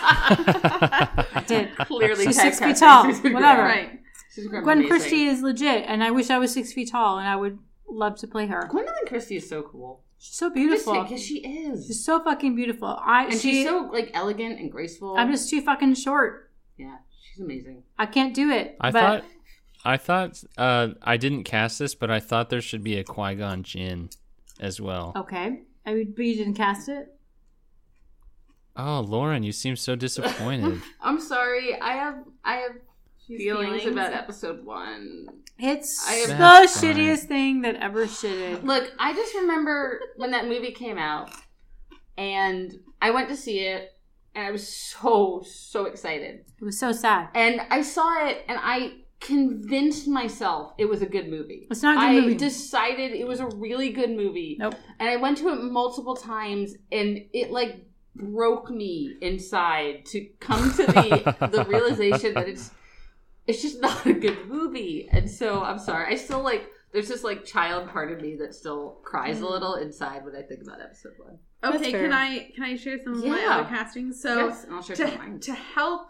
Speaker 1: I did.
Speaker 4: Clearly,
Speaker 1: She's six
Speaker 4: typecasting
Speaker 1: feet tall.
Speaker 4: Susan Graham.
Speaker 1: Whatever.
Speaker 2: right.
Speaker 4: Susan Graham
Speaker 1: Gwen
Speaker 4: amazing.
Speaker 1: Christie is legit, and I wish I was six feet tall, and I would love to play her.
Speaker 4: Gwendolyn Christie is so cool.
Speaker 1: She's so
Speaker 4: Beautiful,
Speaker 1: beautiful.
Speaker 4: because she is,
Speaker 1: She's so fucking beautiful. I
Speaker 4: and
Speaker 1: she,
Speaker 4: she's so like elegant and graceful.
Speaker 1: I'm just too fucking short.
Speaker 4: yeah, she's amazing.
Speaker 1: I can't do it.
Speaker 3: I
Speaker 1: but
Speaker 3: thought I thought uh, I didn't cast this, but I thought there should be a Qui Gon Jinn as well. Oh.
Speaker 1: okay. I mean, but you didn't cast it.
Speaker 3: Oh, Lauren, you seem so disappointed.
Speaker 4: I'm sorry. I have I have feelings,
Speaker 2: feelings.
Speaker 4: about episode one.
Speaker 1: It's
Speaker 4: I am-
Speaker 1: the
Speaker 3: That's fine.
Speaker 1: shittiest thing that ever shitted.
Speaker 4: Look, I just remember when that movie came out, and I went to see it, and I was so so excited.
Speaker 1: It was so sad.
Speaker 4: And I saw it, and I convinced myself it was a good movie.
Speaker 1: It's not a good
Speaker 4: I
Speaker 1: movie.
Speaker 4: decided it was a really good movie.
Speaker 1: Nope.
Speaker 4: And I went to it multiple times, and it like broke me inside to come to the the realization that it's it's just not a good movie. And so I'm sorry. I still like there's this like child part of me that still cries
Speaker 1: Mm.
Speaker 4: a little inside when I think about episode one.
Speaker 1: That's
Speaker 2: Okay,
Speaker 1: fair.
Speaker 2: can I can I share some of my
Speaker 4: Yeah.
Speaker 2: other castings? So
Speaker 4: yes, and I'll share some of
Speaker 2: to,
Speaker 4: mine.
Speaker 2: to help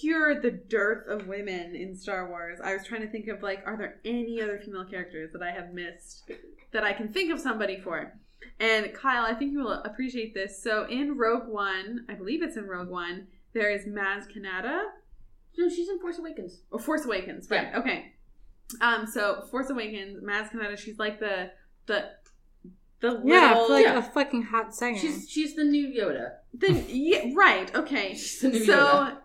Speaker 2: cure the dearth of women in Star Wars, I was trying to think of like, are there any other female characters that I have missed that I can think of somebody for? And Kyle, I think you will appreciate this. So in Rogue One, I believe it's in Rogue One, there is Maz Kanata.
Speaker 4: No, she's in Force Awakens.
Speaker 2: Oh, Force Awakens, right? Okay. Um, so Force Awakens, Maz Kanata, she's like the the the little
Speaker 1: Yeah, for like
Speaker 4: yeah.
Speaker 1: a fucking hot singer.
Speaker 4: She's she's the new Yoda.
Speaker 2: the, yeah, right? Okay,
Speaker 4: She's the new Yoda.
Speaker 2: so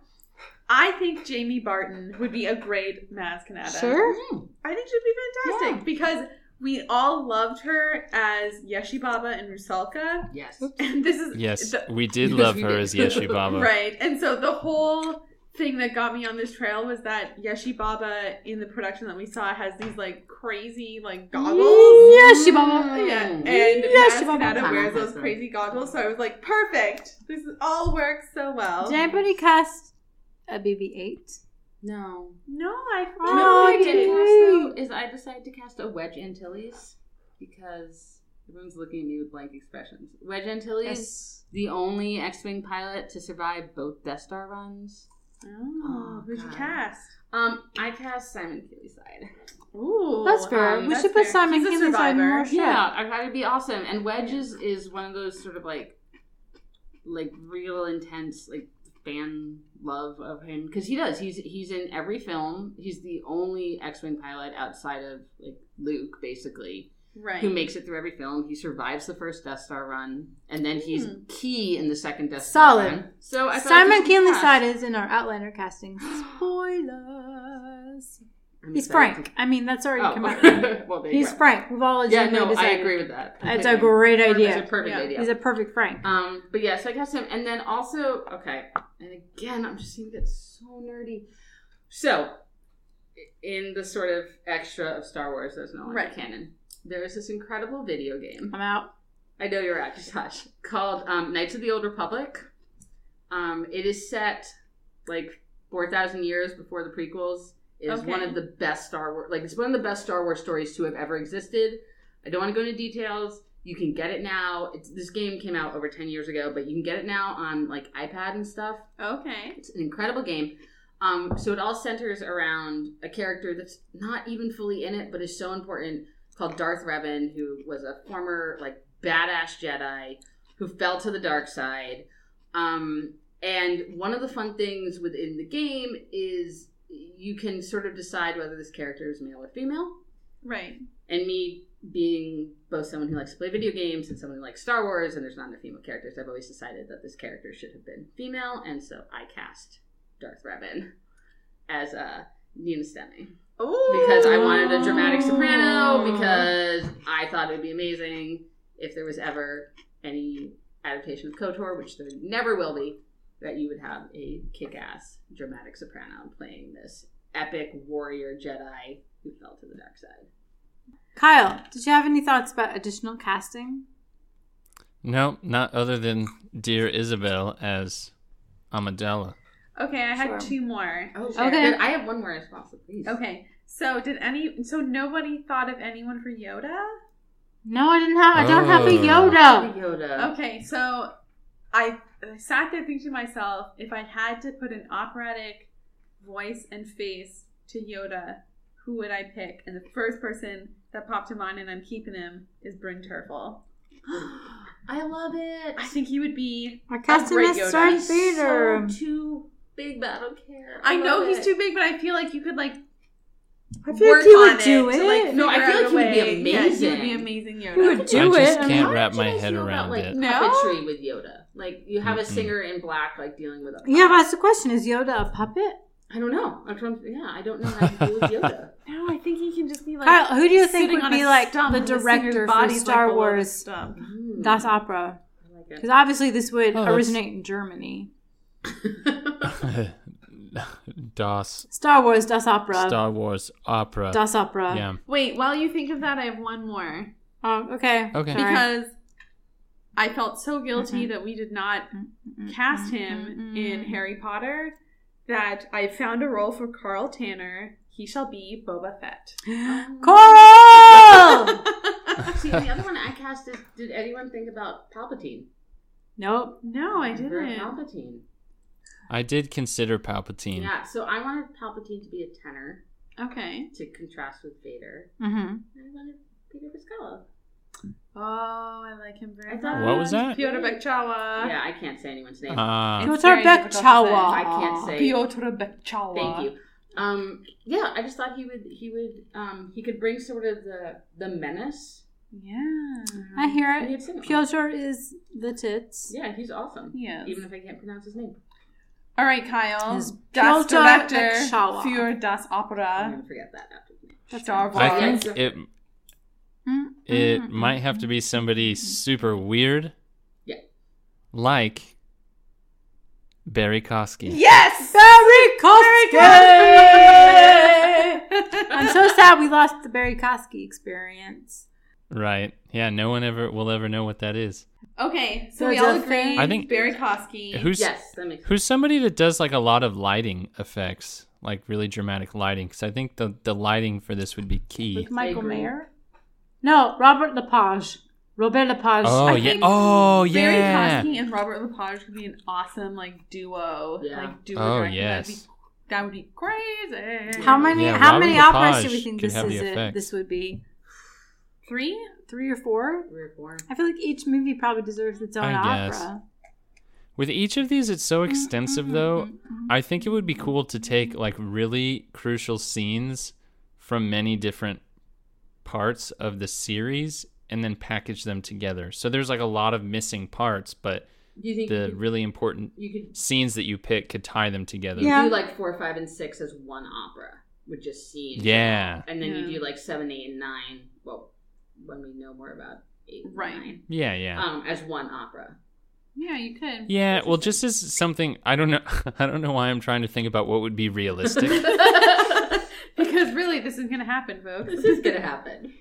Speaker 2: I think Jamie Barton would be a great Maz Kanata.
Speaker 1: sure.
Speaker 4: Mhm.
Speaker 2: I think she'd be fantastic
Speaker 4: Yeah.
Speaker 2: because we all loved her as Yeshi Baba and Rusalka,
Speaker 4: Yes.
Speaker 2: and this is
Speaker 3: yes,
Speaker 2: the-
Speaker 3: we did
Speaker 4: Yes,
Speaker 3: love
Speaker 4: we
Speaker 3: her
Speaker 4: did.
Speaker 3: as Yeshi Baba.
Speaker 2: right. And so the whole thing that got me on this trail was that Yeshi Baba in the production that we saw has these like crazy like
Speaker 4: Mm.
Speaker 2: goggles.
Speaker 1: Yes, Shibaba.
Speaker 2: Yeah, and
Speaker 1: Yes,
Speaker 2: Mask
Speaker 1: Baba.
Speaker 2: Nada wears those crazy goggles, so I was like, perfect. This is- all works so
Speaker 4: Oh.
Speaker 2: well.
Speaker 1: Did anybody cast a BB-8?
Speaker 4: No.
Speaker 2: No, I Oh,
Speaker 1: Oh,
Speaker 4: no, I
Speaker 1: you
Speaker 4: did
Speaker 1: didn't.
Speaker 4: cast though is I decided to cast a Wedge Antilles because everyone's looking at me with blank expressions. Wedge Antilles, the only X-wing pilot to survive both Death Star runs.
Speaker 2: Oh, who'd you
Speaker 4: God.
Speaker 2: cast?
Speaker 4: Um, I cast Simon Keely's side.
Speaker 2: Ooh,
Speaker 1: That's fair.
Speaker 2: um,
Speaker 1: we
Speaker 2: that's
Speaker 1: should put
Speaker 2: fair.
Speaker 1: Simon
Speaker 2: He's a
Speaker 1: Kinley's on
Speaker 2: survivor.
Speaker 1: more shows.
Speaker 4: Yeah, I thought it'd be awesome. And Wedge is, is one of those sort of like, like real intense like fan love of him because he does. He's he's in every film. He's the only X-wing pilot outside of like Luke, basically,
Speaker 2: Right.
Speaker 4: who makes it through every film. He survives the first Death Star run, and then he's
Speaker 2: Hmm.
Speaker 4: key in the second Death
Speaker 1: Solid.
Speaker 4: Star run. So I thought
Speaker 1: Simon
Speaker 4: this was
Speaker 1: Kinley's
Speaker 4: fast.
Speaker 1: side is in our Outlander casting. Spoilers.
Speaker 4: I'm
Speaker 1: He's
Speaker 4: excited
Speaker 1: Frank.
Speaker 4: to-
Speaker 1: I mean, that's already
Speaker 4: Oh.
Speaker 1: come out.
Speaker 4: well, there you
Speaker 1: He's
Speaker 4: go.
Speaker 1: Frank. We've all
Speaker 4: Yeah,
Speaker 1: agreed.
Speaker 4: no, I agree with that.
Speaker 1: It's a
Speaker 4: Perfect.
Speaker 1: great
Speaker 4: It's
Speaker 1: idea.
Speaker 4: a perfect
Speaker 2: Yeah.
Speaker 4: idea.
Speaker 1: He's a perfect Frank.
Speaker 4: Um, but yeah, so I cast him, and then also okay, and again, I'm just gonna get so nerdy. So, in the sort of extra of Star Wars, there's no longer
Speaker 2: Right.
Speaker 4: canon. There is this incredible video game.
Speaker 1: I'm out.
Speaker 4: I know you're out, Josh. Called um, Knights of the Old Republic. Um, it is set like four thousand years before the prequels. It is
Speaker 2: Okay.
Speaker 4: one of the best Star Wars, like it's one of the best Star Wars stories to have ever existed. I don't want to go into details. You can get it now. It's, this game came out over ten years ago, but you can get it now on like iPad and stuff.
Speaker 2: Okay.
Speaker 4: It's an incredible game. Um, so it all centers around a character that's not even fully in it, but is so important, called Darth Revan, who was a former like badass Jedi who fell to the dark side. Um, and one of the fun things within the game is you can sort of decide whether this character is male or female
Speaker 2: Right.
Speaker 4: and me being both someone who likes to play video games and someone who likes Star Wars, and there's not enough female characters, I've always decided that this character should have been female, and so I cast Darth Revan as uh, Nina Stemming
Speaker 2: Oh,
Speaker 4: because I wanted a dramatic soprano because I thought it would be amazing if there was ever any adaptation of KOTOR, which there never will be, that you would have a kick-ass dramatic soprano playing this epic warrior Jedi who fell to the dark side.
Speaker 1: Kyle, did you have any thoughts about additional casting?
Speaker 3: No, not other than dear Isabel as Amadella.
Speaker 2: Okay, I had
Speaker 1: Sure.
Speaker 2: two more.
Speaker 4: Oh,
Speaker 1: Okay.
Speaker 4: okay. I have one more as well, so please.
Speaker 2: Okay. So did any? So nobody thought of anyone for Yoda?
Speaker 1: No, I didn't have. I don't have a
Speaker 3: Oh.
Speaker 1: Yoda.
Speaker 4: Yoda.
Speaker 2: Okay, so I I sat there thinking to myself, if I had to put an operatic voice and face to Yoda, who would I pick? And the first person that popped to mind, and I'm keeping him, is Bryn Terfel.
Speaker 4: I love it.
Speaker 2: I think he would be.
Speaker 1: I cast him
Speaker 2: great
Speaker 1: as
Speaker 2: Yoda.
Speaker 1: Darth
Speaker 2: He's
Speaker 1: Vader.
Speaker 4: So too big, but I don't care.
Speaker 2: I know
Speaker 4: love
Speaker 2: he's
Speaker 4: it.
Speaker 2: too big, but I feel like you could like
Speaker 1: I feel
Speaker 2: work
Speaker 1: like he
Speaker 2: on
Speaker 1: would do
Speaker 2: to, like,
Speaker 1: it.
Speaker 4: No, I
Speaker 2: figure
Speaker 4: feel
Speaker 2: out
Speaker 4: like
Speaker 2: a
Speaker 4: he would be
Speaker 2: way. Yeah, he would
Speaker 4: amazing.
Speaker 2: be amazing Yoda.
Speaker 1: He would do
Speaker 3: I
Speaker 1: it. I
Speaker 3: just
Speaker 1: mean,
Speaker 3: can't
Speaker 4: How
Speaker 3: wrap
Speaker 4: did
Speaker 3: my
Speaker 4: you guys
Speaker 3: head
Speaker 4: feel
Speaker 3: around
Speaker 4: about, like,
Speaker 3: it.
Speaker 2: No?
Speaker 4: Puppetry with Yoda. Like you have a
Speaker 3: Mm-mm.
Speaker 4: singer in black, like dealing with a.
Speaker 1: Yeah, but that's the question: Is Yoda a puppet?
Speaker 4: I don't know. I'm trying, yeah, I don't know how to deal with Yoda.
Speaker 2: No, I think he can just be like.
Speaker 1: Kyle, who do you think
Speaker 2: sitting
Speaker 1: would
Speaker 2: on
Speaker 1: be
Speaker 2: a
Speaker 1: like
Speaker 2: stump
Speaker 1: the
Speaker 2: and singer's
Speaker 1: director for
Speaker 2: body's, like,
Speaker 1: Star
Speaker 2: below the
Speaker 1: Wars
Speaker 2: stump.
Speaker 4: Mm.
Speaker 1: Das Opera?
Speaker 4: I
Speaker 1: Because
Speaker 4: like
Speaker 1: obviously this would
Speaker 3: Oh, that's-
Speaker 1: originate in Germany.
Speaker 4: it.
Speaker 3: das
Speaker 1: Star Wars Das Opera.
Speaker 3: Star Wars opera.
Speaker 1: Das Opera.
Speaker 3: yeah.
Speaker 2: Wait, while you think of that, I have one more.
Speaker 1: Oh, okay.
Speaker 3: Okay.
Speaker 1: Sorry.
Speaker 2: because I felt so guilty that we did not cast
Speaker 1: Mm-hmm.
Speaker 2: him in Harry Potter that I found a role for Carl Tanner. He shall be Boba Fett.
Speaker 1: Coral.
Speaker 4: See, the other one I cast is. Did anyone think about Palpatine?
Speaker 1: nope.
Speaker 2: no, I
Speaker 4: Emperor
Speaker 2: didn't.
Speaker 4: Palpatine.
Speaker 3: I did consider Palpatine.
Speaker 4: Yeah, so I wanted Palpatine to be a tenor
Speaker 2: Okay.
Speaker 4: to contrast with Vader.
Speaker 1: Mm-hmm.
Speaker 4: And I wanted Peter Pascal.
Speaker 2: Oh, I like him very
Speaker 4: I thought-
Speaker 2: much.
Speaker 3: What was that?
Speaker 2: Piotr Bekchawa.
Speaker 4: yeah, I can't say anyone's name.
Speaker 3: Ah,
Speaker 2: It's
Speaker 1: Piotr
Speaker 2: very difficult to say.
Speaker 1: Bekchawa.
Speaker 4: I can't say.
Speaker 2: Piotr Bekchawa.
Speaker 4: Thank you. Um, yeah, I just thought he would. He would. Um, he could bring sort of the the menace.
Speaker 2: Yeah.
Speaker 1: I hear
Speaker 4: And
Speaker 1: it.
Speaker 4: he'd sing it.
Speaker 1: Piotr is the tits.
Speaker 4: Yeah, he's awesome.
Speaker 2: Yes.
Speaker 4: Even if I can't pronounce his name,
Speaker 2: All right, Kyle.
Speaker 1: Is
Speaker 2: Das
Speaker 1: Piotr
Speaker 2: Director
Speaker 1: Bekchawa.
Speaker 2: für das
Speaker 4: I'm
Speaker 2: Opera.
Speaker 4: gonna forget that after the name.
Speaker 2: Star Wars.
Speaker 3: I
Speaker 4: Yes.
Speaker 3: think it
Speaker 1: Mm,
Speaker 3: it
Speaker 1: mm,
Speaker 3: might
Speaker 1: mm,
Speaker 3: have to
Speaker 1: mm.
Speaker 3: be somebody super weird.
Speaker 4: Yeah.
Speaker 3: Like Barry Kosky.
Speaker 2: Yes!
Speaker 1: Barry Kosky. I'm so sad we lost the Barry Kosky experience.
Speaker 3: Right. Yeah, no one ever will ever know what that is.
Speaker 2: Okay, so
Speaker 1: So
Speaker 2: we
Speaker 1: it's
Speaker 2: all
Speaker 1: a
Speaker 2: agree.
Speaker 1: thing.
Speaker 3: I think-
Speaker 2: Barry Kosky.
Speaker 3: Who's
Speaker 4: Yes, that makes
Speaker 3: who's somebody that does like a lot of lighting effects, like really dramatic lighting cuz I think the the lighting for this would be key.
Speaker 1: With Michael
Speaker 4: agree.
Speaker 1: Mayer? No, Robert Lepage. Robert Lepage.
Speaker 3: Oh
Speaker 2: I
Speaker 3: yeah.
Speaker 2: think
Speaker 3: Oh
Speaker 2: Barry
Speaker 3: yeah.
Speaker 2: Kosky and Robert Lepage could be an awesome like duo.
Speaker 4: Yeah.
Speaker 2: Like duo.
Speaker 3: Oh,
Speaker 2: directing. That'd
Speaker 3: yes.
Speaker 2: be- That would be crazy.
Speaker 1: How many
Speaker 3: Yeah,
Speaker 1: how
Speaker 3: Robert
Speaker 1: many operas
Speaker 3: Lepage
Speaker 1: do we think
Speaker 3: could
Speaker 1: this
Speaker 3: have the
Speaker 1: is it,
Speaker 3: effects.
Speaker 1: this would be?
Speaker 2: Three?
Speaker 1: Three or four?
Speaker 4: three or four.
Speaker 1: I feel like each movie probably deserves its own
Speaker 3: I guess.
Speaker 1: opera.
Speaker 3: With each of these it's so
Speaker 4: Mm-hmm,
Speaker 3: extensive though. I think it would be cool to take like really crucial scenes from many different parts of the series and then package them together. So there's like a lot of missing parts, but
Speaker 4: Do you think you
Speaker 3: the
Speaker 4: could,
Speaker 3: really important
Speaker 4: you could
Speaker 3: scenes that you pick could tie them together.
Speaker 1: Yeah.
Speaker 4: do like four, five, and six as one opera with just scenes?
Speaker 3: Yeah.
Speaker 4: and then
Speaker 2: Yeah.
Speaker 4: you do like seven, eight, and nine. Well, when we know more about eight, and
Speaker 2: Right.
Speaker 4: nine,
Speaker 3: Yeah, yeah.
Speaker 4: um, as one opera.
Speaker 2: Yeah, you could.
Speaker 3: yeah, well just as something I don't know I don't know why I'm trying to think about what would be realistic.
Speaker 2: because really, this is gonna happen, folks.
Speaker 4: This is gonna happen.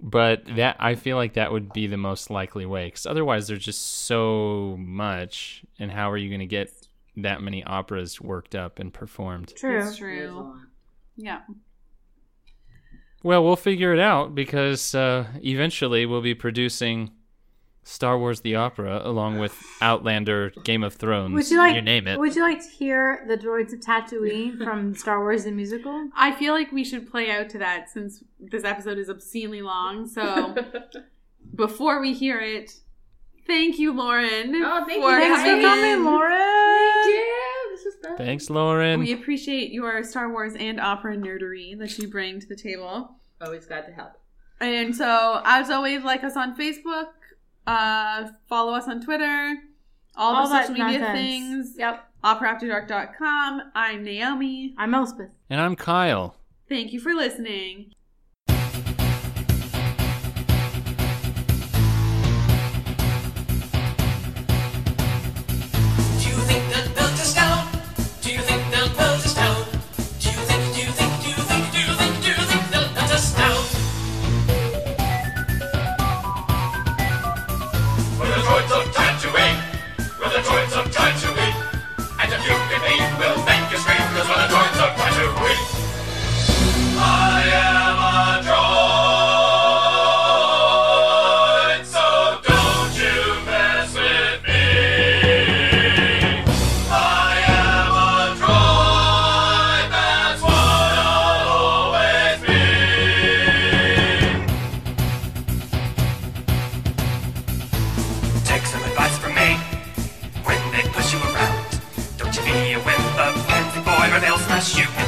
Speaker 3: but that I feel like that would be the most likely way cuz otherwise there's just so much and how are you going to get that many operas worked up and performed?
Speaker 1: True.
Speaker 2: It's
Speaker 4: There's a
Speaker 2: true.
Speaker 4: lot.
Speaker 2: Yeah.
Speaker 3: Well, we'll figure it out because uh, eventually we'll be producing Star Wars the Opera along with Outlander, Game of Thrones,
Speaker 1: Would you like
Speaker 3: you name it.
Speaker 1: Would you like to hear the droids of Tatooine from Star Wars the musical?
Speaker 2: I feel like we should play out to that since this episode is obscenely long. So before we hear it, thank you, Lauren.
Speaker 4: Oh, thank you.
Speaker 2: for
Speaker 1: Thanks
Speaker 2: coming
Speaker 1: for coming,
Speaker 2: in.
Speaker 1: Lauren.
Speaker 4: Yeah, this is fun.
Speaker 3: Thanks, Lauren.
Speaker 2: We appreciate your Star Wars and opera nerdery that you bring to the table.
Speaker 4: Always glad to help.
Speaker 2: And so, as always, like us on Facebook, uh, follow us on Twitter, all, the social media things,
Speaker 1: Yep.
Speaker 2: operaafterdark.com. I'm Naomi.
Speaker 1: I'm Elspeth.
Speaker 3: and I'm Kyle.
Speaker 2: Thank you for listening.
Speaker 5: Do you think they'll build us down? Do you think they'll build us down? Do you think, do you think, do you think, do you think, do you think they'll build us down?
Speaker 6: We're the droids of Tatooine. We're the droids of Tatooine. And if you believe, we'll make you scream, because we're the droids of Tatooine. I am a droid, so don't you mess with me. I am a droid, that's what I'll always be. Take some advice from me when they push you around. Don't you be a wimp, a pansy boy, or they'll smash you in Oh, ah.